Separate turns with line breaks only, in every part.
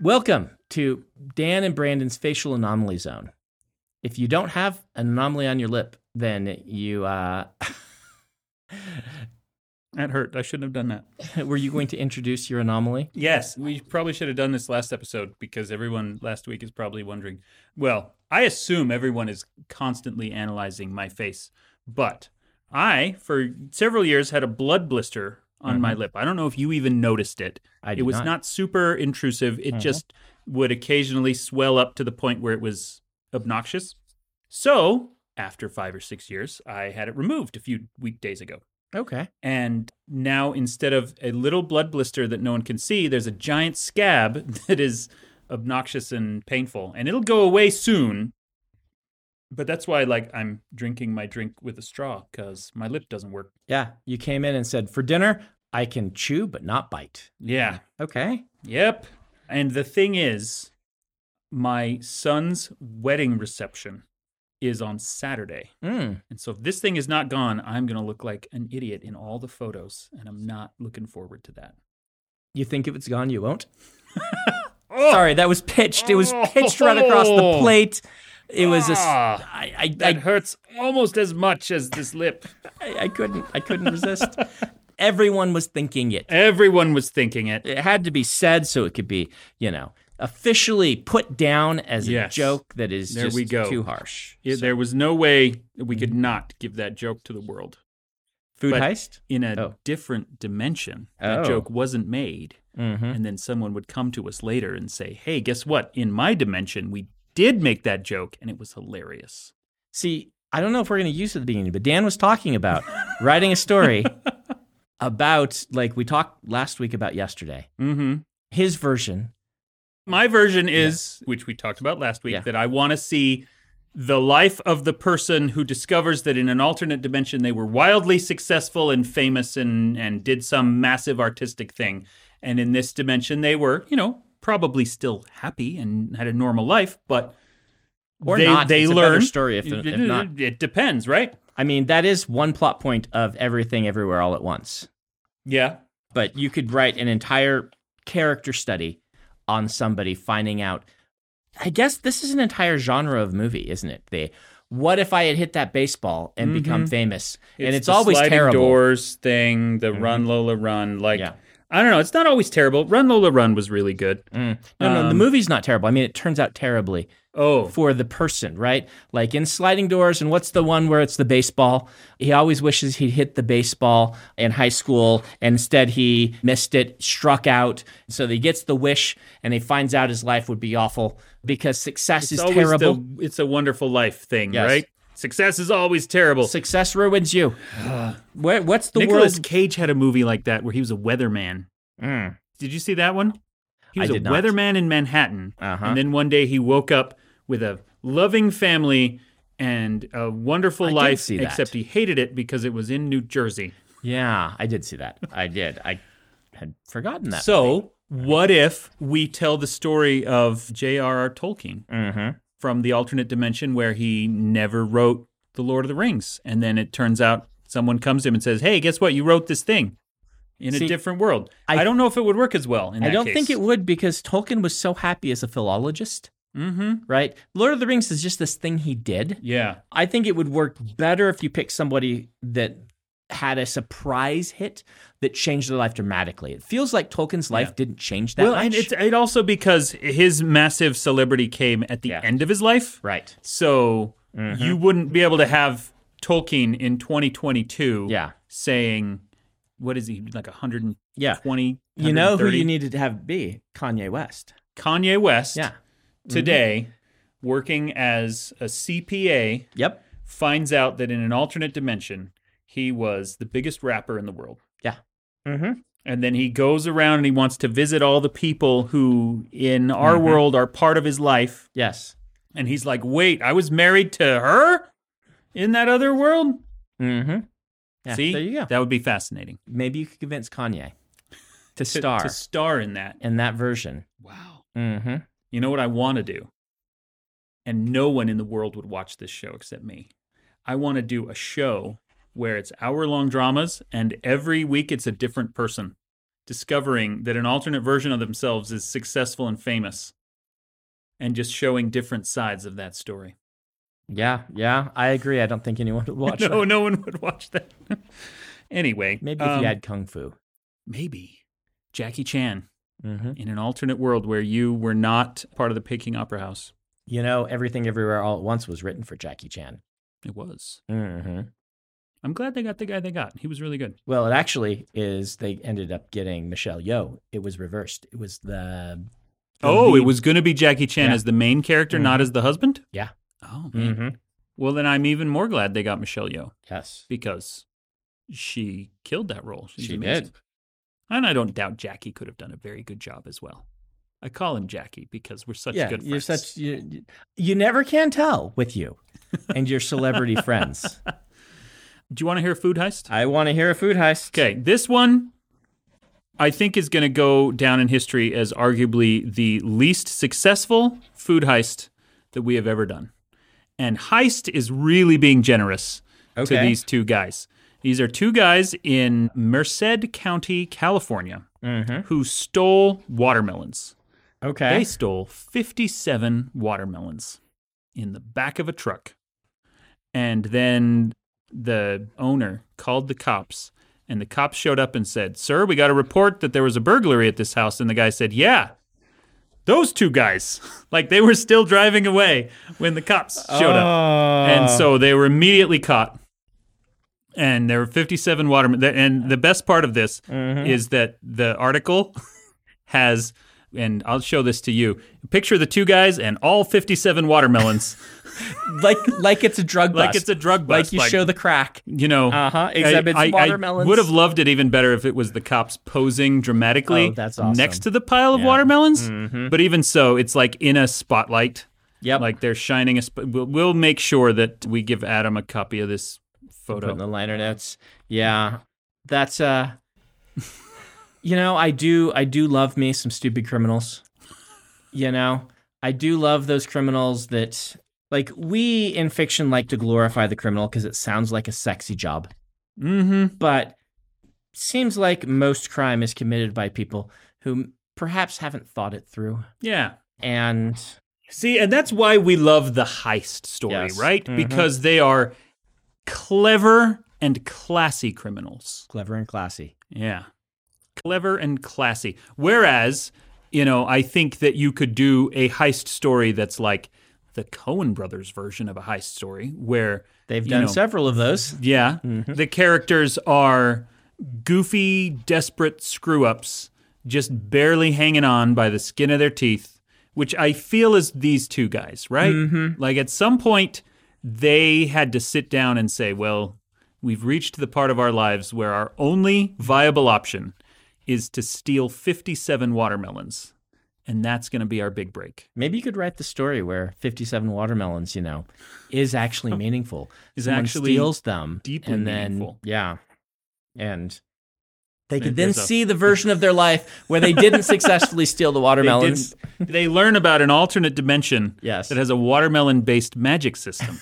Welcome to Dan and Brandon's facial anomaly zone. If you don't have an anomaly on your lip, then you uh,
That hurt. I shouldn't have done that.
were you going to introduce your anomaly?
Yes, we probably should have done this last episode because everyone last week is probably wondering. Well, I assume everyone is constantly analyzing my face, but I, for several years, had a blood blister on my lip. I don't know if you even noticed it.
I did
it was not. super intrusive. It just would occasionally swell up to the point where it was obnoxious. So after five or six years, I had it removed a few weekdays ago.
Okay.
And now instead of a little blood blister that no one can see, there's a giant scab that is obnoxious and painful. And it'll go away soon. But that's why like I'm drinking my drink with a straw cuz my lip doesn't work.
Yeah. You came in and said, for dinner, I can chew but not bite.
Yeah.
Okay.
Yep. And the thing is my son's wedding reception is on Saturday.
Mm.
And so if this thing is not gone, I'm going to look like an idiot in all the photos and I'm not looking forward to that.
You think if it's gone, you won't? Sorry, that was pitched. It was pitched right across the
Oh.
plate. It was a. s-
Ah.
I, I,
That hurts almost as much as this lip.
I, I couldn't. I couldn't resist. Everyone was thinking it.
Everyone was thinking it.
it had to be said so it could be, you know, officially put down as
Yes.
a joke that is
There
just
we go.
too harsh.
Yeah, There was no way that we could not give that joke to the world.
Food
but-
heist?
In a
Oh.
different dimension, that
Oh.
joke wasn't made.
Mm-hmm.
And then someone would come to us later and say, hey, guess what? In my dimension, we did make that joke and it was hilarious.
See, I don't know if we're going to use it at the beginning, but Dan was talking about writing a story about, like, we talked last week about yesterday.
Mm-hmm.
His version.
My version is, which we talked about last week,
Yeah.
that I want to see the life of the person who discovers that in an alternate dimension they were wildly successful and famous and, and did some massive artistic thing. And in this dimension, they were, you know, probably still happy and had a normal life, but
Or
they,
not.
they
It's a better
learn.
story if-
it,
if not.
it- it depends, right?
I mean, that is one plot point of everything everywhere all at once.
Yeah.
But you could write an entire character study on somebody finding out. I guess this is an entire genre of movie, isn't it? The what if I had hit that baseball and become famous? and it's
Mm-hmm. the
always
sliding
terrible. Mm-hmm.
doors thing, the Run Lola Run, like
Yeah.
I don't know, it's not always terrible. Run Lola Run was really good.
Mm. No, no, the movie's not terrible. I mean, it turns out terribly
Um, Oh,
for the person, right? Like in Sliding Doors, and what's the one where it's the baseball? He always wishes he'd hit the baseball in high school, and instead he missed it, struck out. So he gets the wish, and he finds out his life would be awful because success is
always
terrible.
The, it's a wonderful life thing,
Yes.
right? Success is always terrible.
Success ruins you. Where, what's the
Nicholas
world?
Cage had a movie like that where he was a weatherman.
Mm.
Did you see that one? He
I
was a
did not.
weatherman in Manhattan.
Uh-huh.
And then one day he woke up with a loving family and a wonderful
did
life,
see that.
except he hated it because it was in New Jersey.
Yeah, I did see that. I did. I had forgotten that.
So, what if we tell the story of J.R.R. Tolkien
Mm-hmm.
from the alternate dimension where he never wrote The Lord of the Rings? And then it turns out someone comes to him and says, Hey, guess what? You wrote this thing in
See,
a different world.
I-
I, don't know if it would work as well. In
I don't think it would because Tolkien was so happy as a philologist,
Mm-hmm.
right? Lord of the Rings is just this thing he did.
Yeah.
I think it would work better if you pick somebody that had a surprise hit that changed their life dramatically. It feels like Tolkien's life didn't change that
well,
much.
and it's it also because his massive celebrity came at the
Yeah.
end of his life.
right.
So you wouldn't be able to have Tolkien in 2022
Yeah.
saying, what is he, like 100
Yeah.
20
You know who
130.
you needed to have be? Kanye West.
Kanye West
Yeah.
today
Mm-hmm.
working as a CPA
Yep.
finds out that in an alternate dimension he was the biggest rapper in the world
Yeah. Mm-hmm.
and then he goes around and he wants to visit all the people who in our
Mm-hmm.
world are part of his life
Yes.
and he's like wait I was married to her in that other world
Mm-hmm. Yeah,
see
there you go.
that would be fascinating
Maybe you could convince Kanye to
To-
star
to star in that
in that version.
wow
Mm-hmm.
You know what I want to do? And no one in the world would watch this show except me. I want to do a show where it's hour long dramas and every week it's a different person discovering that an alternate version of themselves is successful and famous and just showing different sides of that story.
Yeah, yeah, I agree. I don't think anyone would watch
no,
that.
no one would watch that. anyway,
Maybe if
um,
you had kung fu.
maybe Jackie Chan
hmm
in an alternate world where you were not part of the Peking Opera House.
You know, everything, everywhere, all at once was written for Jackie Chan.
It was.
hmm
I'm glad they got the guy they got. He was really good.
Well, it actually is. They ended up getting Michelle Yeoh. It was reversed. It was the.
Oh, it was going to be Jackie Chan
Yeah.
as the main character, not as the husband.
Yeah.
Oh man.
hmm
Well, then I'm even more glad they got Michelle Yeoh
Yes.
because she killed that role. She's
She
amazing.
did.
And I don't doubt Jackie could have done a very good job as well. I call him Jackie because we're such
yeah,
good
you're
friends.
such. You, you- you never can tell with you and your celebrity friends.
Do you want to hear a food heist?
I want to hear a food heist.
Okay, this one I think is going to go down in history as arguably the least successful food heist that we have ever done. And heist is really being generous to
Okay.
these two guys. These are two guys in Merced County, California, who stole watermelons.
Mm-hmm. Okay.
They stole 57 watermelons in the back of a truck. And then the owner called the cops, and the cops showed up and said, Sir, we got a report that there was a burglary at this house. And the guy said, Yeah, those two guys. like they were still driving away when the cops showed
Oh,
up.
Uh.
And so they were immediately caught. And there were 57 watermen. And the best part of this
Mm-hmm.
is that the article has, and I'll show this to you picture the two guys and all 57 watermelons,
Oh. like, like it's a drug bust.
like it's a drug
Like
bust.
you show the crack.
You know,
Uh-huh, exhibits
I,
watermelons.
would have loved it even better if it was the cops posing dramatically
Oh, that's awesome. Mm-hmm.
next to the pile of watermelons. But even so, it's like in a spotlight.
Yep.
Like they're shining a. Sp- we'll, we'll make sure that we give Adam a copy of this
put in
photo.
the liner notes. Yeah, that's uh, you know, I do, I do love me some stupid criminals. You know, I do love those criminals that like we in fiction like to glorify the criminal because it sounds like a sexy job,
Mm-hmm.
but seems like most crime is committed by people who perhaps haven't thought it through
Yeah.
and
See, and that's why we love the heist story,
Yes.
right?
Mhm.
Because they are clever and classy criminals.
clever and classy.
Yeah. Clever and classy. Whereas, you know, I think that you could do a heist story that's like the Cohen brothers version of a heist story where
They've
You
done
know.
several of those.
yeah, the characters are goofy, desperate screw ups, just barely hanging on by the skin of their teeth, which I feel is these two guys, right? Like at some point, they had to sit down and say, well, we've reached the part of our lives where our only viable option is to steal 57 watermelons. And that's going to be our big break.
Maybe you could write the story where 57 watermelons, you know, is actually meaningful.
Oh, Is
Someone
actually
steals them
deeply
and then,
meaningful.
Yeah. And they
Maybe
could then
there's a-
see the version of their life where they didn't successfully steal the watermelons.
They, didn't- they learn about an alternate dimension
Yes.
that has a watermelon based magic system.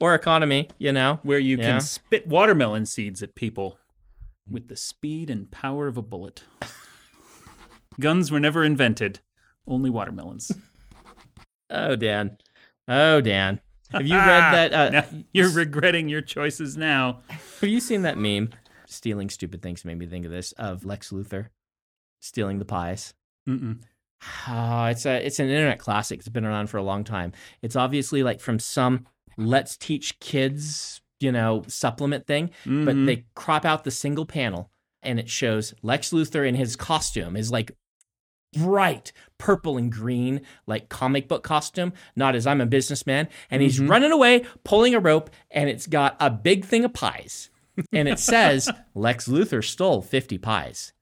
Or economy, you know.
where you
Yeah.
can spit watermelon seeds at people with the speed and power of a bullet. Guns were never invented, only watermelons.
Oh, Dan. Oh, Dan. Have you read that? Uh,
Ah, Now, you're regretting your choices now.
Have you seen that meme? Stealing stupid things made me think of this of Lex Luthor stealing the pies.
Mm-mm.
Ah, it's a it's an internet classic. It's been around for a long time. It's obviously like from some let's teach kids, you know, supplement thing, but
Mhm.
they crop out the single panel and it shows Lex Luthor in his costume, his like bright purple and green like comic book costume, not as I'm a businessman, and he's
Mm-hmm.
running away pulling a rope and it's got a big thing of pies. And it says Lex Luthor stole 50 pies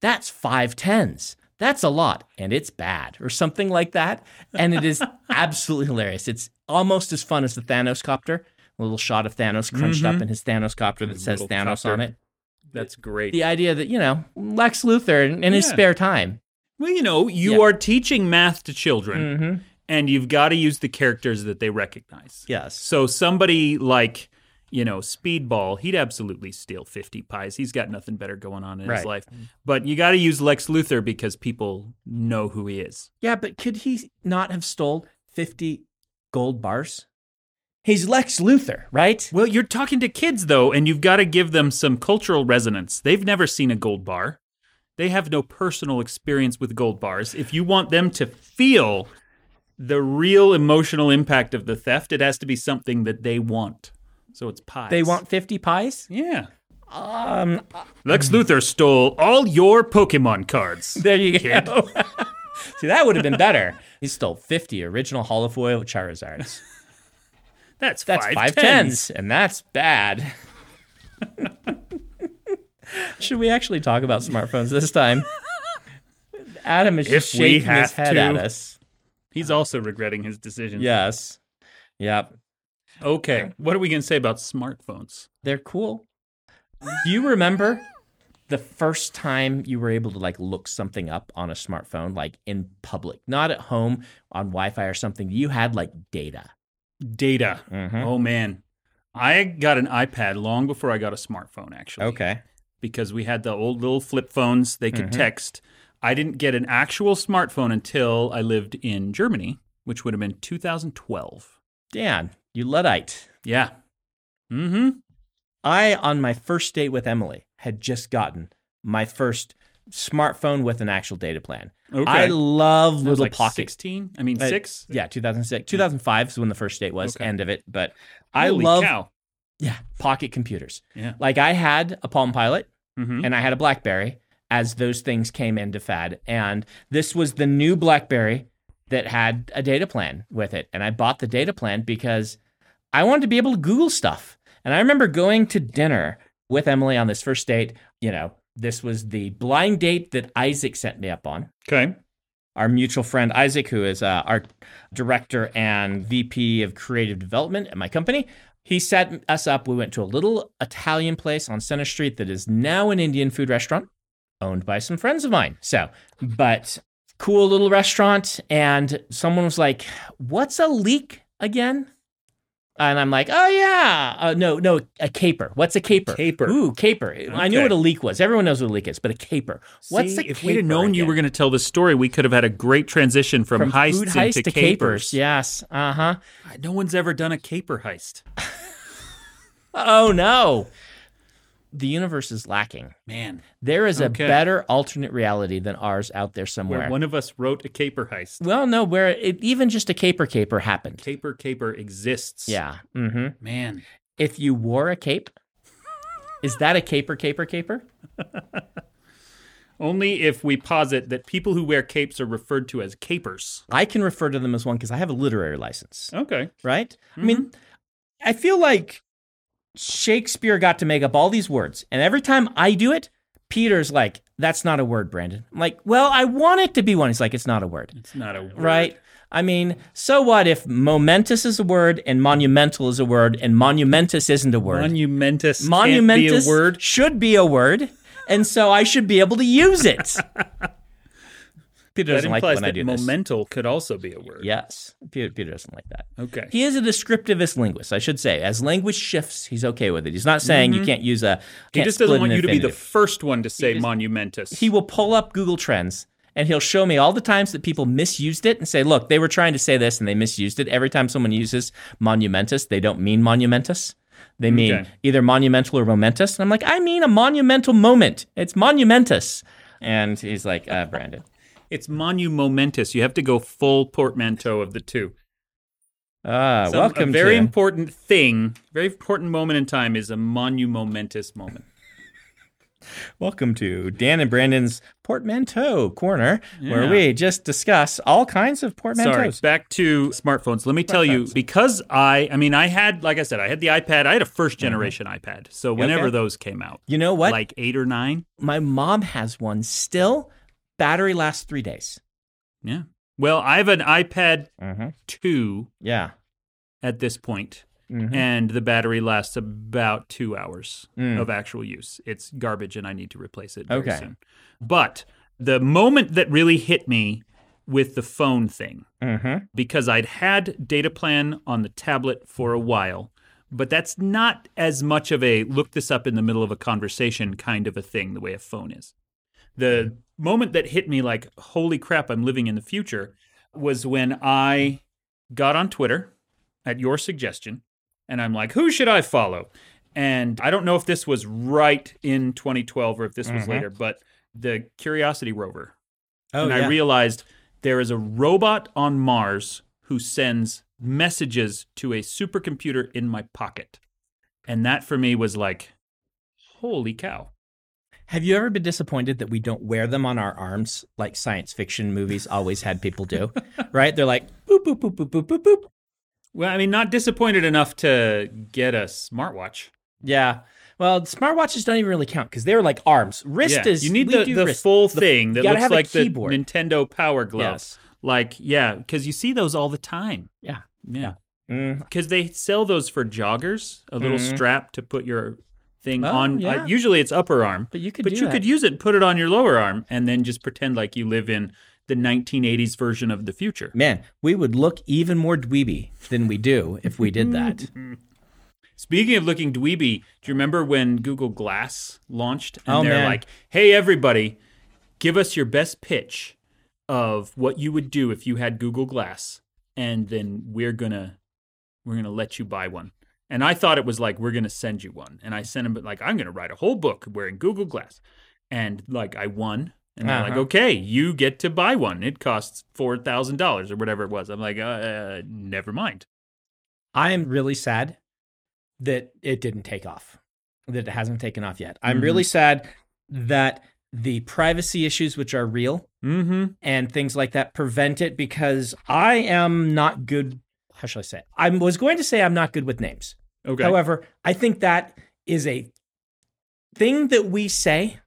that's five tens. That's a lot, and it's bad, or something like that. And it is absolutely hilarious. It's almost as fun as the Thanos copter. A little shot of Thanos crunched up in his Thanos copter that says
Mm-hmm. little
Thanos
copter.
on it.
That's great.
The idea that, you know, Lex Luthor in, in his
Yeah.
spare time.
Well, you know, you
Yeah.
are teaching math to children,
Mm-hmm.
and you've got to use the characters that they recognize.
Yes.
So somebody like you know, speedball, he'd absolutely steal 50 pies. He's got nothing better going on in his
Right.
life. But you got to use Lex Luthor because people know who he is.
Yeah, but could he not have stole 50 gold bars? He's Lex Luthor, right?
Well, you're talking to kids though, and you've got to give them some cultural resonance. They've never seen a gold bar. They have no personal experience with gold bars. If you want them to feel the real emotional impact of the theft, it has to be something that they want. So it's pies.
They want 50 pies?
Yeah.
Um,
Lex Luthor stole all your Pokemon cards.
there you go. See, that would have been better. He stole 50 original holofoil Charizards.
That's,
That's
five
five tens, and that's bad. Should we actually talk about smartphones this time? Adam is
If we
shaking his
have
head
to.
at us.
He's also regretting his decision.
Yes. Yep.
Okay. What are we going to say about smartphones?
They're cool. Do you remember the first time you were able to like look something up on a smartphone, like in public, not at home on Wi-Fi or something? You had like data.
Data.
Mhm.
Oh man. I got an iPad long before I got a smartphone actually.
Okay.
Because we had the old little flip phones, they could
Mhm.
text. I didn't get an actual smartphone until I lived in Germany, which would have been 2012.
Dan, you luddite.
Yeah. Mhm.
I, on my first date with Emily, had just gotten my first smartphone with an actual data plan.
Okay.
I love
That was
little
like
pockets.
16. I mean
Uh,
6.
Yeah, 2006. 2005 is when the first date was,
Okay.
end of it. But I
Holy
love
cow.
yeah, pocket computers.
Yeah.
Like I had a Palm Pilot
Mhm.
and I had a Blackberry as those things came into fad. And this was the new Blackberry that had a data plan with it. And I bought the data plan because I wanted to be able to Google stuff. And I remember going to dinner with Emily on this first date. You know, this was the blind date that Isaac set me up on
Okay.
our mutual friend Isaac, who is uh, our director and VP of creative development at my company. He set us up. We went to a little Italian place on Center Street that is now an Indian food restaurant owned by some friends of mine. So, but cool little restaurant. And someone was like, What's a leek again? And I'm like, oh yeah, uh, no, no, a caper. What's a caper?
Caper.
Ooh, caper. I knew
Okay.
what a leek was. Everyone knows what a leek is, but a caper. What's
See,
a
if we'd
caper
have known you
again?
were going to tell this story, we could have had a great transition from, heists
food heist
into
to capers. Yes. Uh huh.
No one's ever done a caper heist.
Oh no. The universe is lacking.
Man,
There is a
Okay.
better alternate reality than ours out there somewhere.
where one of us wrote a caper heist.
well, no, where it, even just a caper caper happened.
Caper caper exists.
Yeah. hmm
Man.
If you wore a cape, is that a caper caper caper?
Only if we posit that people who wear capes are referred to as capers.
I can refer to them as one because I have a literary license.
Okay.
right? I
Mm-hmm.
mean, I feel like Shakespeare got to make up all these words, and every time I do it, Peter's like, "That's not a word, Brandon." I'm like, "Well, I want it to be one." He's like, "It's not a word,
It's not a word.
right?" I mean, so what if momentous is a word and monumental is a word and monumentous isn't a word?
Monumentous.
monumentous
Can't be a word.
should be a word, and so I should be able to use it. Peter
That
doesn't like it
implies
when I do
that
this.
momental could also be a word.
Yes, Peter, Peter doesn't like that.
Okay.
He is a descriptivist linguist, I should say. As language shifts, he's okay with it. He's not saying you can't use a.
Mm-hmm. He
can't
just doesn't
split
want
an
you to be the
infinitive.
first one to say monumentous.
he will pull up Google Trends and he'll show me all the times that people misused it and say, "Look, they were trying to say this and they misused it." Every time someone uses monumentous, they don't mean monumentous. They mean
Mm, Okay.
either monumental or momentous. And I'm like, I mean a monumental moment. It's monumentous. And he's like, uh, Brandon.
It's monumentous. You have to go full portmanteau of the two.
Ah,
Some-
welcome
A very
to
important thing, very important moment in time is a monumentous moment.
Welcome to Dan and Brandon's Portmanteau Corner, where we just discuss all kinds of
Sorry,
portmanteaus.
back to smartphones. Let me tell you, because I, I mean, I had, like I said, I had the iPad. I had a first generation iPad. So whenever
Mm-hmm. Okay.
those came out,
You know what?
like eight or nine.
My mom has one still. Battery lasts three days.
Yeah. Well, I have an iPad
Mm-hmm.
2
Yeah.
at this point,
Mhm.
and the battery lasts about two hours
Mm.
of actual use. It's garbage, and I need to replace it very
Okay.
soon. But the moment that really hit me with the phone thing,
Mm-hmm.
because I'd had data plan on the tablet for a while, But that's not as much of a look this up in the middle of a conversation kind of a thing, the way a phone is. The moment that hit me like, holy crap, I'm living in the future was when I got on Twitter at your suggestion and I'm like, who should I follow? And I don't know if this was right in 2012 or if this was
Mhm.
later, but the Curiosity rover.
Oh,
and
yeah.
I realized there is a robot on Mars who sends messages to a supercomputer in my pocket. And that for me was like, holy cow.
Have you ever been disappointed that we don't wear them on our
arms like science fiction movies always had people do, right? They're like boop boop boop boop boop boop boop.
Well, I mean, not disappointed enough to get a smartwatch.
Yeah. Well, smartwatches don't even really count because they're like arms. Wrist
Yeah,
is
you need
we
the,
do
the
wrist.
full thing that
gotta
looks
have a
like the
keyboard.
Nintendo Power Glove.
Yes.
Like, yeah, because you see those all the time.
Yeah.
Yeah.
Mm,
Because they sell those for joggers, a little strap to put your thing
Oh,
on.
yeah.
Uh, usually it's upper arm,
but you could.
but
do
you
that.
could use it, put it on your lower arm, and then just pretend like you live in the 1980s version of the future.
Man, we would look even more dweeby than we do if we did that.
Speaking of looking dweeby, do you remember when Google Glass launched and
Oh,
they're
man.
like, "Hey everybody, give us your best pitch of what you would do if you had Google Glass, and then we're gonna we're gonna let you buy one." And I thought it was like, "We're gonna send you one," and I sent them like, "I'm gonna write a whole book wearing Google Glass," and like I won. And they're like,
Uh-huh.
okay, you get to buy one. It costs four thousand dollars or whatever it was. I'm like, uh, uh, never mind.
I am really sad that it didn't take off, that it hasn't taken off yet. I'm
Mm-hmm.
really sad that the privacy issues, which are real
Mm-hmm.
and things like that, prevent it because I am not good. How shall I say? it? I was going to say I'm not good with names.
Okay.
However, I think that is a thing that we say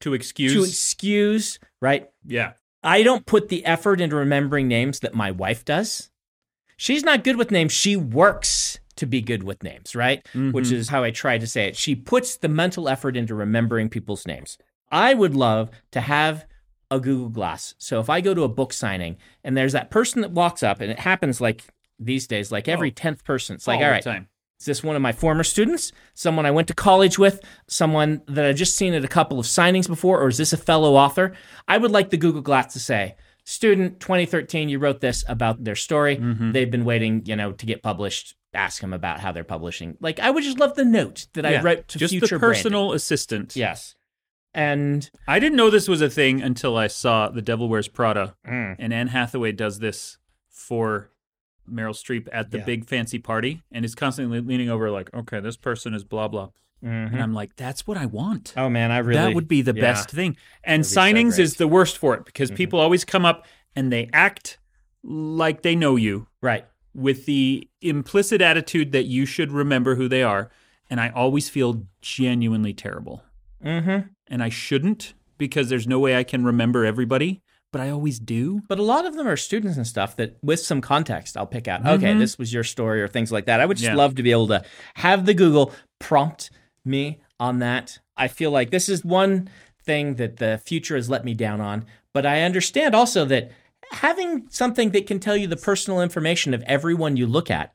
to excuse.
to excuse, right?
yeah.
I don't put the effort into remembering names that my wife does. She's not good with names. She works to be good with names, right? Which is how I try to say it. She puts the mental effort into remembering people's names. I would love to have a Google Glass. So if I go to a book signing and there's that person that walks up, and it happens like these days, like every 10th person, it's like, all right,
time.
is this one of my former students? Someone I went to college with? Someone that I've just seen at a couple of signings before? Or is this a fellow author? I would like the Google Glass to say, student 2013, you wrote this about their story. They've been waiting, you know, to get published. Ask them about how they're publishing. Like, I would just love the note that I wrote to
just
future
the
branding.
personal assistant.
Yes. And
I didn't know this was a thing until I saw The Devil Wears Prada,
Mm.
and Anne Hathaway does this for Meryl Streep at the
Yeah.
big fancy party, and is constantly leaning over like, "Okay, this person is blah blah," and I'm like, "That's what I want."
Mm-hmm. oh man, I really
that would be the
yeah.
best thing. And
That'd be so
signings
great. Mm-hmm.
is the worst for it because people always come up and they act like they know you,
right.
with the implicit attitude that you should remember who they are. And I always feel genuinely terrible.
Mm-hmm.
And I shouldn't because there's no way I can remember everybody, but I always do.
But a lot of them are students and stuff that, with some context, I'll pick out, okay,
Mhm.
this was your story or things like that. I would just
Yeah.
love to be able to have the Google prompt me on that. I feel like this is one thing that the future has let me down on. But I understand also that having something that can tell you the personal information of everyone you look at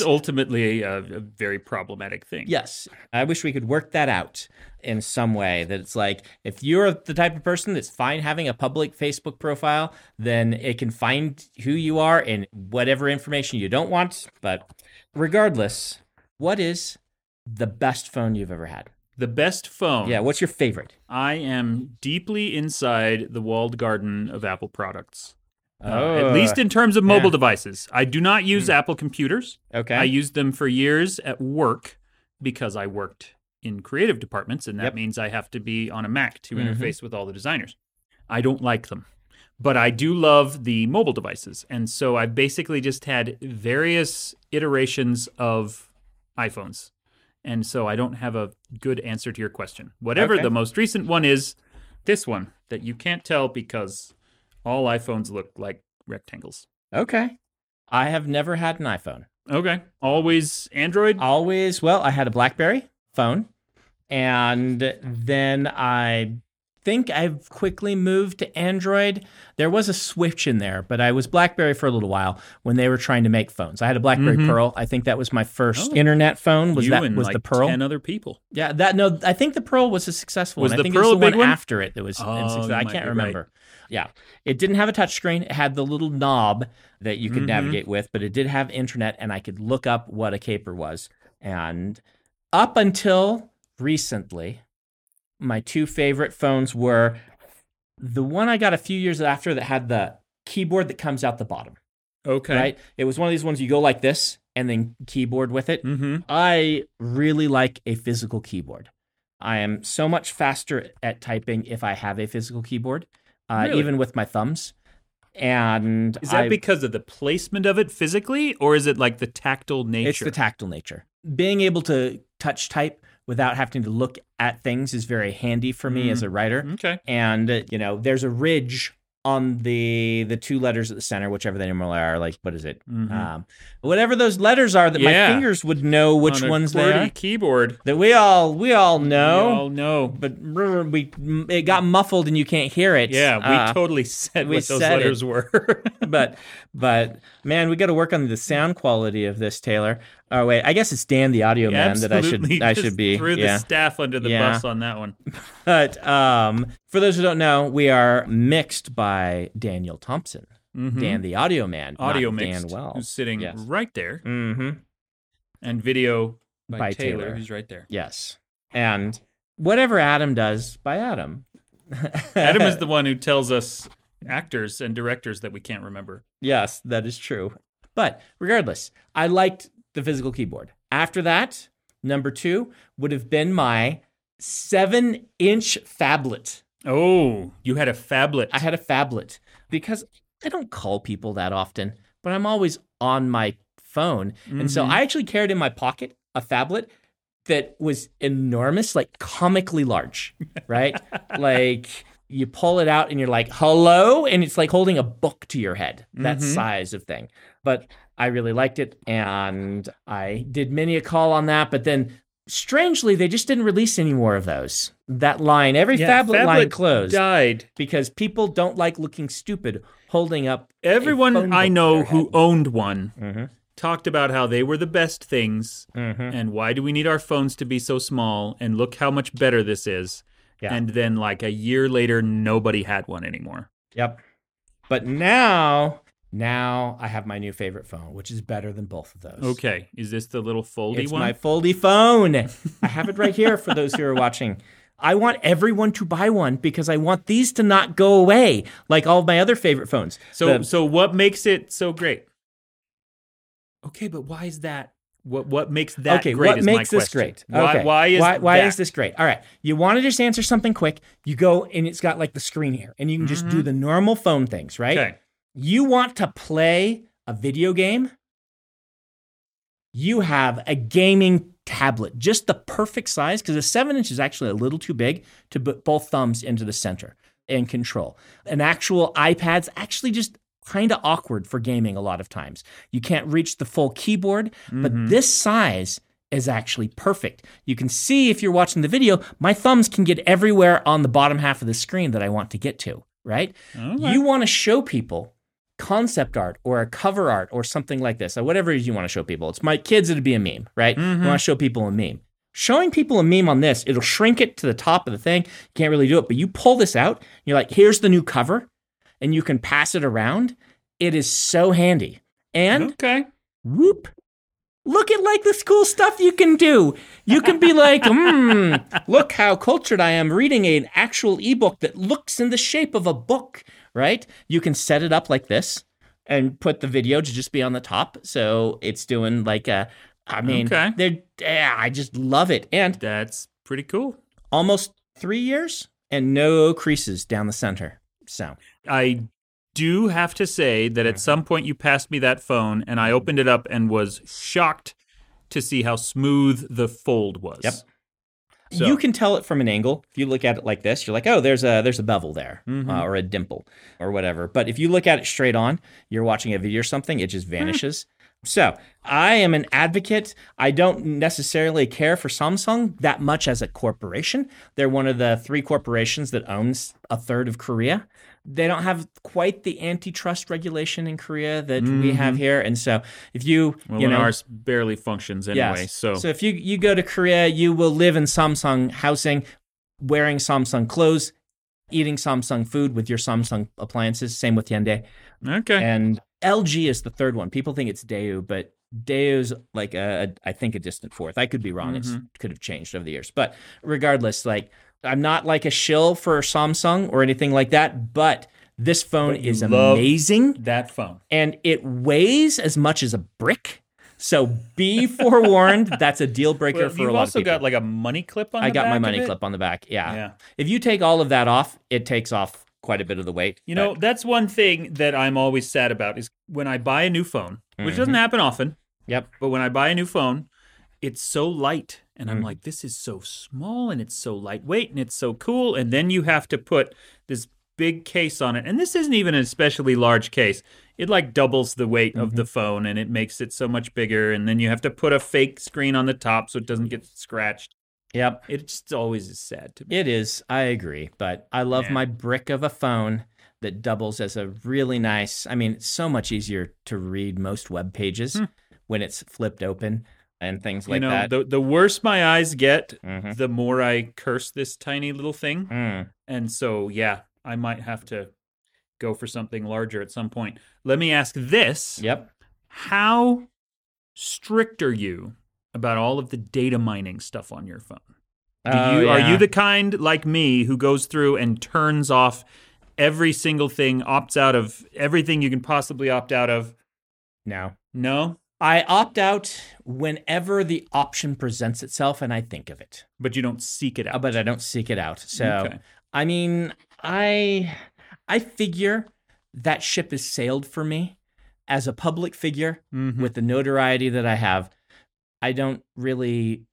is.
ultimately a, a very problematic thing.
Yes. I wish we could work that out in some way that it's like if you're the type of person that's fine having a public Facebook profile, then it can find who you are and whatever information you don't want. But regardless, what is the best phone you've ever had?
The best phone.
Yeah, what's your favorite?
I am deeply inside the walled garden of Apple products. Uh, at least in terms of mobile
yeah.
devices. I do not use Apple computers.
Okay.
I used them for years at work because I worked in creative departments, and that
Yep. Mm-hmm.
means I have to be on a Mac to interface with all the designers. I don't like them, but I do love the mobile devices. And so I basically just had various iterations of iPhones. And so I don't have a good answer to your question. Whatever
Okay.
the most recent one is, this one that you can't tell because all iPhones look like rectangles.
okay. I have never had an iPhone.
Okay. Always Android.
always well i had a blackberry phone and then i think I've quickly moved to Android. There was a switch in there, but I was BlackBerry for a little while when they were trying to make phones. I had a BlackBerry Pearl. I think that was my first
Mm-hmm. Oh.
internet phone. Was
you
that
and
was
like
the Pearl?
ten other people.
Yeah, that no, I think the Pearl was a successful
Was
one.
the
I think
Pearl
it
a
was the
big
one,
one?
after it that was
Oh,
in success.
you
I
might
can't
be right.
remember. Yeah. It didn't have a touchscreen. It had the little knob that you could
Mhm.
navigate with, but it did have internet and I could look up what a caper was. And up until recently, my two favorite phones were the one I got a few years after that had the keyboard that comes out the bottom,
Okay.
right? It was one of these ones you go like this and then keyboard with it.
Mm-hmm.
I really like a physical keyboard. I am so much faster at typing if I have a physical keyboard, uh,
Really?
even with my thumbs. And
Is that
I,
because of the placement of it physically, or is it like the tactile nature?
it's the tactile nature. Being able to touch type without having to look at things is very handy for me
Mm.
as a writer.
Okay.
And uh, you know, there's a ridge on the the two letters at the center, whichever they normally are. Like, what is it?
Mhm.
Um, whatever those letters are that
Yeah.
my fingers would know which
On a
ones they
QWERTY
are. Oh.
Keyboard.
That we all we all know.
We all know.
but brr, we it got muffled and you can't hear it.
Yeah, we
Uh,
totally said
we
what those
said it.
letters were.
but but man, we got to work on the sound quality of this, Taylor. Oh wait, I guess it's Dan, the audio man,
Absolutely
that I should I
just
should be.
threw
yeah.
the staff under the
Yeah.
bus on that one.
But um, for those who don't know, we are mixed by Daniel Thompson,
Mhm.
Dan, the audio man, not
audio
Dan
mixed, who's
Wells,
sitting
Yes.
right there,
hmm
and video by,
By
Taylor,
Taylor.
who's right there.
Yes, and whatever Adam does by Adam.
Adam is the one who tells us actors and directors that we can't remember.
Yes, that is true. But regardless, I liked the physical keyboard. After that, number two would have been my seven inch phablet.
Oh, you had a phablet.
I had a phablet because I don't call people that often, but I'm always on my phone. And so
Mhm.
I actually carried in my pocket a phablet that was enormous, like comically large, right? like you pull it out and you're like, hello. And it's like holding a book to your head, that
Mhm.
size of thing. But I really liked it. And I did many a call on that. But then strangely, they just didn't release any more of those. That line, every
Yeah,
phablet, line
phablet
closed
died.
because people don't like looking stupid holding up. phone
Everyone I
book
know
in their
who
head.
owned one
Mm-hmm.
talked about how they were the best things
Mm-hmm.
and why do we need our phones to be so small and look how much better this is.
Yeah.
And then like a year later nobody had one anymore.
Yep. But now, now I have my new favorite phone, which is better than both of those.
Okay, is this the little foldy
It's
one?
my foldy phone. I have it right here for those who are watching. I want everyone to buy one because I want these to not go away like all my other favorite phones.
So
The-
so what makes it so great? Okay, but why is that? What what makes that
okay,
great?
what
is my
makes this
question.
great?
Why
Okay.
why is
why, why
that?
is this great? All right, you want to just answer something quick. You go and it's got like the screen here, and you can just do the normal phone things, right?
Mm-hmm. Okay.
You want to play a video game? You have a gaming tablet, just the perfect size, because a seven inch is actually a little too big to put both thumbs into the center and control. An actual iPad's actually just kind of awkward for gaming a lot of times. You can't reach the full keyboard, but this size is actually perfect. You can see if you're watching the video, my thumbs can get everywhere on the bottom half of the screen that I want to get to, right? You want to show people concept art or a cover art or something like this, or whatever it is you want to show people. It's my kids, it'd be a meme, right? You want to show people a meme. Showing people a meme on this, it'll shrink it to the top of the thing. You can't really do it, but you pull this out, you're like, here's the new cover, and you can pass it around. It is so handy. And
Okay.
whoop. Look at like this cool stuff you can do. You can be like, hmm, look how cultured I am reading an actual ebook that looks in the shape of a book, right? You can set it up like this and put the video to just be on the top. So it's doing like a, I mean,
Okay.
they're, yeah, I just love it. And
That's pretty cool.
almost three years and no creases down the center. So
I do have to say that at some point you passed me that phone and I opened it up and was shocked to see how smooth the fold was.
Yep.
So-
You can tell it from an angle. If you look at it like this, you're like, oh, there's a there's a bevel there,
Mm-hmm.
uh, or a
Hmm.
dimple, or whatever. But if you look at it straight on, you're watching a video or something, it just vanishes. So I am an advocate. I don't necessarily care for Samsung that much as a corporation. They're one of the three corporations that owns a third of Korea. They don't have quite the antitrust regulation in Korea that we have here, and so if you
Mm-hmm. Well,
you
and
know
ours barely functions anyway.
Yes.
So,
if you you go to Korea, you will live in Samsung housing, wearing Samsung clothes, eating Samsung food with your Samsung appliances. Same with Hyundai.
okay.
And LG is the third one. People think it's Daewoo, but Daewoo's like a, a I think a distant fourth. I could be wrong. It's
Mm-hmm.
It could have changed over the years, but regardless, like I'm not like a shill for Samsung or anything like that. But this phone
you
is
love-
amazing
that phone.
and it weighs as much as a brick. So be forewarned. that's a deal breaker
Well,
for
you've
a lot
also
of people.
got like a money clip on.
I
the
got
back
my
of
money
it.
clip on the back. Yeah.
Yeah.
If you take all of that off, it takes off quite a bit of the weight.
You know, that's one thing that I'm always sad about is when I buy a new phone, which
Mm-hmm.
doesn't happen often,
Yep.
but when I buy a new phone, it's so light. And
Mm.
I'm like, this is so small and it's so lightweight and it's so cool. And then you have to put this big case on it. And this isn't even an especially large case. It like doubles the weight of
Mm-hmm.
the phone and it makes it so much bigger. And then you have to put a fake screen on the top so it doesn't get scratched.
Yep.
It just always is sad to me.
It is. I agree, but I love
Yeah.
my brick of a phone that doubles as a really nice. I mean, it's so much easier to read most web pages when it's flipped open and things like
Hmm. you know,
that.
the the worse my eyes get,
Mhm.
the more I curse this tiny little thing.
Mm.
And so, yeah, I might have to go for something larger at some point. Let me ask this
Yep.
How strict are you about all of the data mining stuff on your phone? Do
Oh,
you, Are
yeah.
you the kind like me who goes through and turns off every single thing, opts out of everything you can possibly opt out of?
no?
No,
I opt out whenever the option presents itself and I think of it,
but you don't seek it
uh,
out.
but I don't seek it out. So,
Okay.
I mean, I I figure that ship is sailed for me as a public figure
Mhm.
with the notoriety that I have. I don't really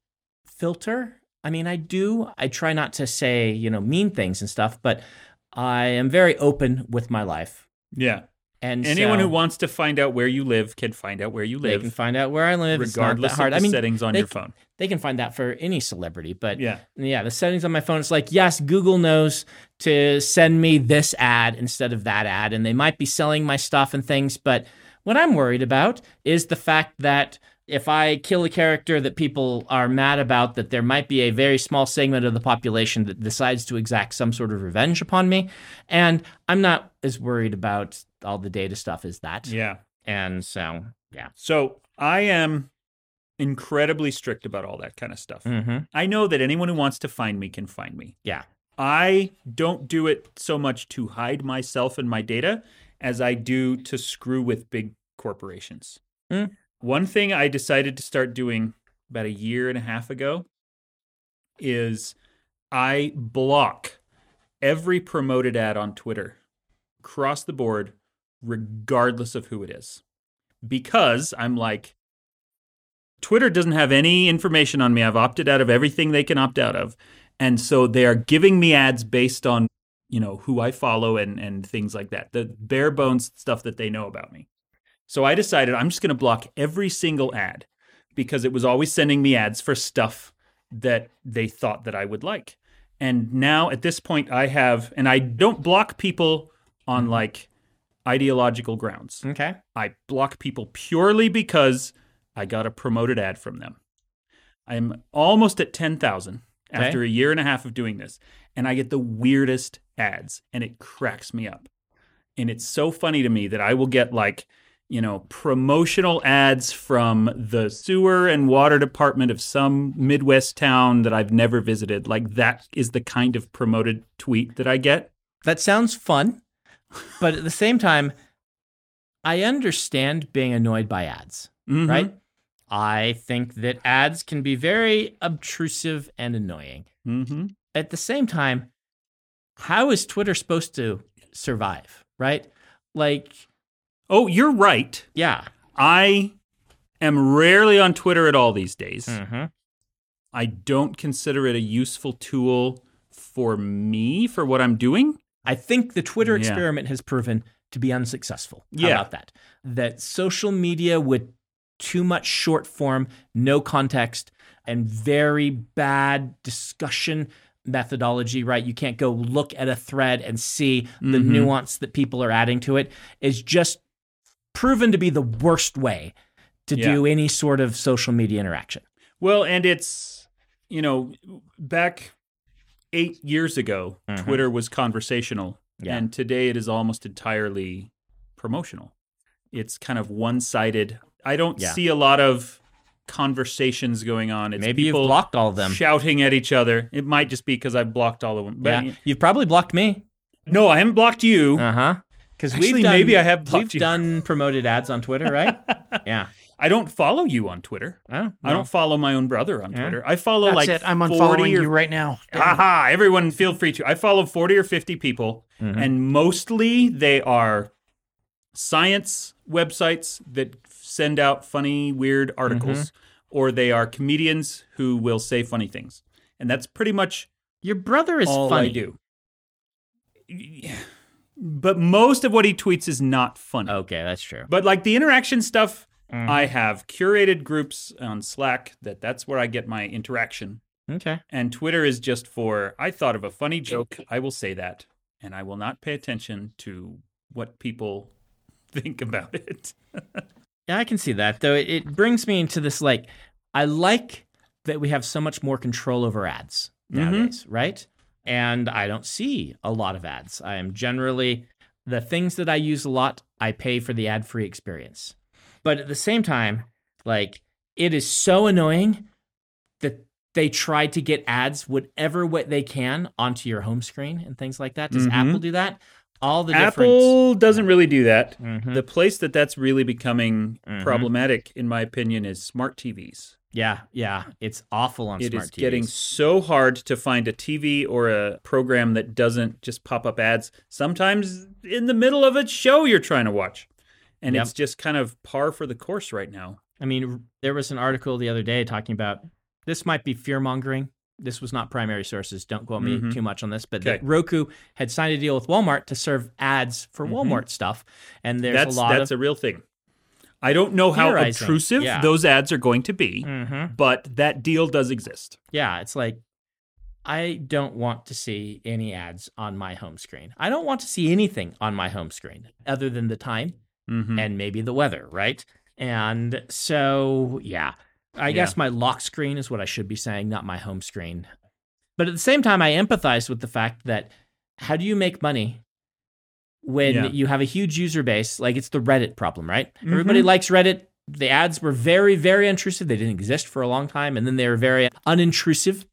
filter. I mean, I do. I try not to say, you know, mean things and stuff, but I am very open with my life.
Yeah.
And
Anyone
so
who wants to find out where you live can find out where you
they
live,
can find out where I live, it's not that
regardless of
hard.
the
I mean,
settings on
they
your
can-
phone.
they can find that for any celebrity. But
Yeah.
yeah, the settings on my phone, it's like, yes, Google knows to send me this ad instead of that ad. And they might be selling my stuff and things. But what I'm worried about is the fact that if I kill a character that people are mad about, that there might be a very small segment of the population that decides to exact some sort of revenge upon me. And I'm not as worried about all the data stuff as that.
Yeah.
And so, yeah.
So I am incredibly strict about all that kind of stuff.
Mm-hmm.
I know that anyone who wants to find me can find me.
Yeah.
I don't do it so much to hide myself and my data as I do to screw with big corporations.
Mm.
One thing I decided to start doing about a year and a half ago is I block every promoted ad on Twitter across the board, regardless of who it is, because I'm like, Twitter doesn't have any information on me. I've opted out of everything they can opt out of. And so they are giving me ads based on, you know, who I follow and, and things like that, the bare bones stuff that they know about me. So I decided I'm just going to block every single ad because it was always sending me ads for stuff that they thought that I would like. And now at this point, I have, and I don't block people on like ideological grounds.
Okay.
I block people purely because I got a promoted ad from them. I'm almost at 10,000
Okay.
after a year and a half of doing this, and I get the weirdest ads, and it cracks me up. And it's so funny to me that I will get like, you know, promotional ads from the sewer and water department of some Midwest town that I've never visited. Like, that is the kind of promoted tweet that I get.
That sounds fun, but at the same time, I understand being annoyed by ads,
Mhm.
right? I think that ads can be very obtrusive and annoying.
Mm-hmm.
At the same time, how is Twitter supposed to survive, right? Like,
Oh, you're right.
yeah.
I am rarely on Twitter at all these days.
Mm-hmm.
I don't consider it a useful tool for me for what I'm doing.
I think the Twitter
Yeah.
experiment has proven to be unsuccessful. How
Yeah.
about that? That social media with too much short form, no context, and very bad discussion methodology, right? You can't go look at a thread and see the
Mhm.
nuance that people are adding to it, is just proven to be the worst way to
Yeah.
do any sort of social media interaction.
Well, and it's, you know, back eight years ago,
Mhm.
Twitter was conversational.
Yeah.
And today it is almost entirely promotional. It's kind of one sided. I don't
Yeah.
see a lot of conversations going on. It's
Maybe
people
you've blocked all of them.
shouting at each other. It might just be because I blocked all of them. But
yeah. You've probably blocked me.
no, I haven't blocked you.
Uh huh. Because
Actually, maybe I have blocked
we've
you.
done promoted ads on Twitter, right? yeah.
I don't follow you on Twitter.
I don't.
I don't follow my own brother on
Yeah.
Twitter. I follow
That's
like
it. I'm
40 or
unfollowing you right now.
Aha, everyone feel free to. I follow 40 or 50 people,
Mm-hmm.
and mostly they are science websites that send out funny, weird articles,
Mm-hmm.
or they are comedians who will say funny things. And that's pretty much
Your brother is
all
funny.
I do. But most of what he tweets is not funny.
Okay, that's true.
But like the interaction stuff, I have curated groups on Slack that that's where I get my interaction
Okay.
and Twitter is just for I thought of a funny joke. I will say that, and I will not pay attention to what people think about it.
Yeah, I can see that. Though it, it brings me into this like, I like that we have so much more control over ads
Mm-hmm.
nowadays, right? And I don't see a lot of ads. I am generally, the things that I use a lot, I pay for the ad free experience. But at the same time, like, it is so annoying that they try to get ads, whatever way they can, onto your home screen and things like that. Does
Mhm.
Apple do that? All the difference.
Apple doesn't really do that.
Mhm.
The place that that's really becoming
Mhm.
problematic, in my opinion, is smart TVs.
Yeah, yeah. It's awful on
It is
smart TVs.
getting so hard to find a TV or a program that doesn't just pop up ads. Sometimes in the middle of a show you're trying to watch, and
Yep.
it's just kind of par for the course right now.
I mean, r- there was an article the other day talking about this might be fear mongering. This was not primary sources. Don't quote me
Mhm.
too much on this, but
Okay.
that Roku had signed a deal with Walmart to serve ads for Walmart stuff, and there's
Mm-hmm. that's
a lot
that's
of
a real thing. I don't know how
Theorizing,
obtrusive
yeah.
those ads are going to be,
Mhm.
but that deal does exist.
yeah. It's like I don't want to see any ads on my home screen. I don't want to see anything on my home screen other than the time
Mm-hmm.
and maybe the weather, right? And so, yeah, I guess my lock screen is what I should be saying, not my home screen. But at the same time, I empathize with the fact that how do you make money when
Yeah.
you have a huge user base? Like it's the Reddit problem, right? Everybody likes Reddit. The ads were very, very intrusive. They didn't exist for a long time, and then they were very unintrusive.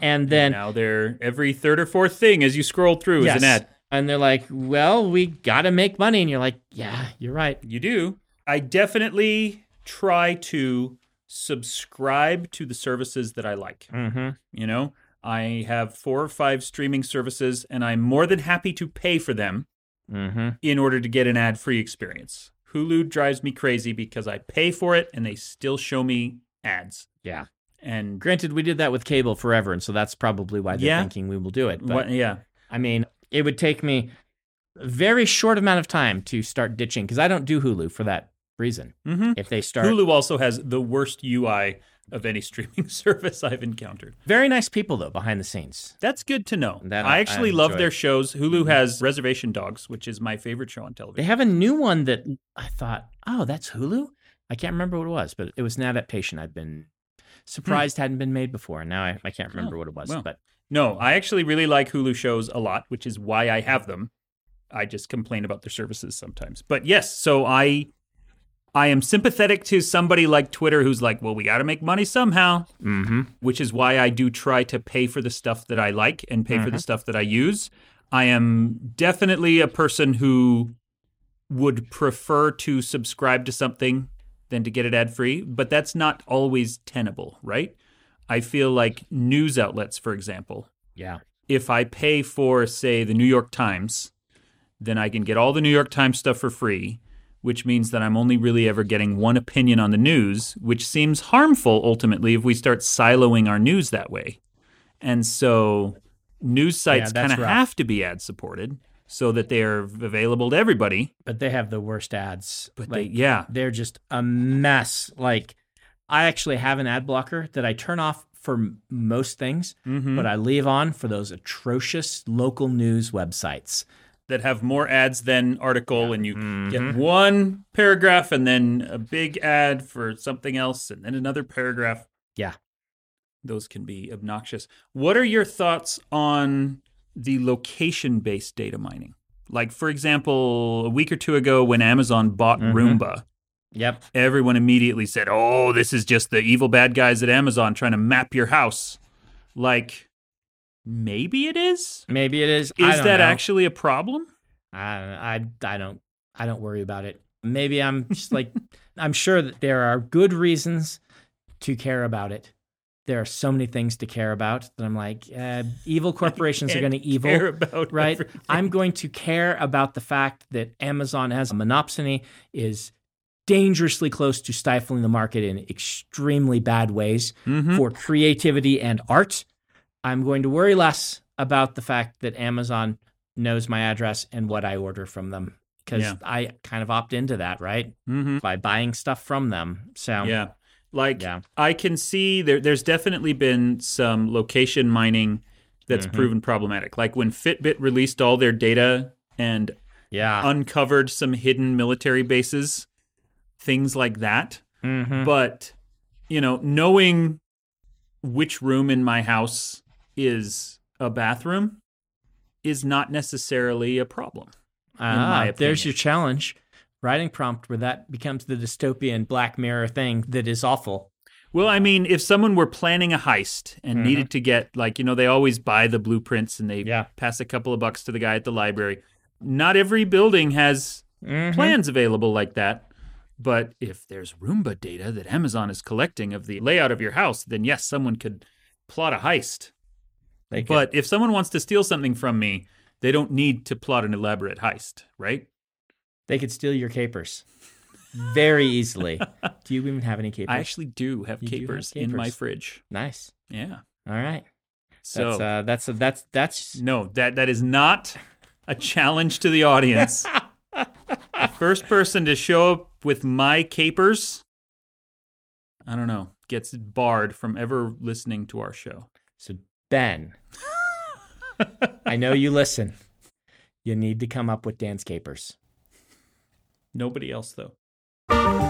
And then
now they're every third or fourth thing as you scroll through is an
Yes.
ad.
And they're like, "Well, we gotta make money," and you're like, "Yeah, you're right."
You do. I definitely try to subscribe to the services that I like.
Mm-hmm.
You know, I have four or five streaming services, and I'm more than happy to pay for them.
Mm-hmm.
in order to get an ad free experience. Hulu drives me crazy because I pay for it and they still show me ads.
Yeah.
And
Granted, we did that with cable forever, and so that's probably why they're
Yeah.
thinking we will do it. But
what, yeah.
I mean, it would take me a very short amount of time to start ditching because I don't do Hulu for that reason.
Mhm.
If they start,
Hulu also has the worst UI of any streaming service I've encountered.
very nice people though behind the scenes.
That's good to know.
That I-
I
I enjoy.
actually
Mm-hmm.
love their shows. Hulu has Reservation Dogs, which is my favorite show on
They
television.
have a new one that I thought, oh, that's Hulu. I can't remember what it was, but it was an adaptation. I've been surprised hadn't been made before, and now I, I can't remember what it was.
Hmm. Oh, well.
But
No, I actually really like Hulu shows a lot, which is why I have them. I just complain about their services sometimes. But yes, so I I am sympathetic to somebody like Twitter who's like, "Well, we got to make money somehow,"
mm-hmm.
which is why I do try to pay for the stuff that I like and pay for the stuff that I use. I am definitely a person who would prefer to subscribe to something than to get it ad free, but that's not always tenable, right? I feel like news outlets, for example,
yeah,
if I pay for, say, the New York Times, then I can get all the New York Times stuff for free, which means that I'm only really ever getting one opinion on the news, which seems harmful ultimately if we start siloing our news that way. And so news sites
that's
kind of
rough.
have to be ad supported. so that they are available to everybody.
But they have the worst ads.
But
like,
they, yeah,
they're just a mess. Like I actually have an ad blocker that I turn off for m- most things,
Mhm.
but I leave on for those atrocious local news websites.
that have more ads than article, and you
Mm-hmm.
get one paragraph and then a big ad for something else, and then another paragraph.
Yeah.
those can be obnoxious. What are your thoughts on the location-based data mining? Like, for example, a week or two ago, when Amazon bought
Mhm.
Roomba,
Yep.
everyone immediately said, "Oh, this is just the evil bad guys at Amazon trying to map your house." Like, maybe it is.
Maybe it is. I
Is
don't
that
know.
actually a problem?
I, I I don't I don't worry about it. Maybe I'm just like I'm sure that there are good reasons to care about it. There are so many things to care about that I'm like, uh, evil corporations are
can't
going to evil
care about
right?
everything.
I'm going to care about the fact that Amazon has a monopsony, is dangerously close to stifling the market in extremely bad ways
Hmm.
for creativity and art. I'm going to worry less about the fact that Amazon knows my address and what I order from them because
Yeah.
I kind of opt into that, right?
Mhm.
By buying stuff from them. So,
Yeah. Like
Mm-hmm. Yeah.
I can see there there's definitely been some location mining that's
Mm-hmm.
proven problematic. Like when Fitbit released all their data and
yeah.
uncovered some hidden military bases, things like that.
Mhm.
But you know, knowing which room in my house is a bathroom is not necessarily a problem. my
Ah, there's
opinion.
your challenge. Writing prompt where that becomes the dystopian Black Mirror thing that is awful.
Well, I mean, if someone were planning a heist and needed to get, like, you know, they always buy the blueprints and they
Mm-hmm. Yeah.
pass a couple of bucks to the guy at the library. Not every building has
Mm-hmm.
plans available like that. But if there's Roomba data that Amazon is collecting of the layout of your house, then yes, someone could plot a heist.
They could-
But if someone wants to steal something from me, they don't need to plot an elaborate heist, right?
they could steal your capers very easily. Do you even have any capers?
I actually do have
You do have
capers, in my
capers.
fridge.
nice.
Yeah.
All right.
So
That's uh, that's that's that's
No, that that is not a challenge to the audience. the first person to show up with my capers, I don't know, gets barred from ever listening to our show.
so Ben. I know you listen. You need to come up with dance capers.
Nobody else though.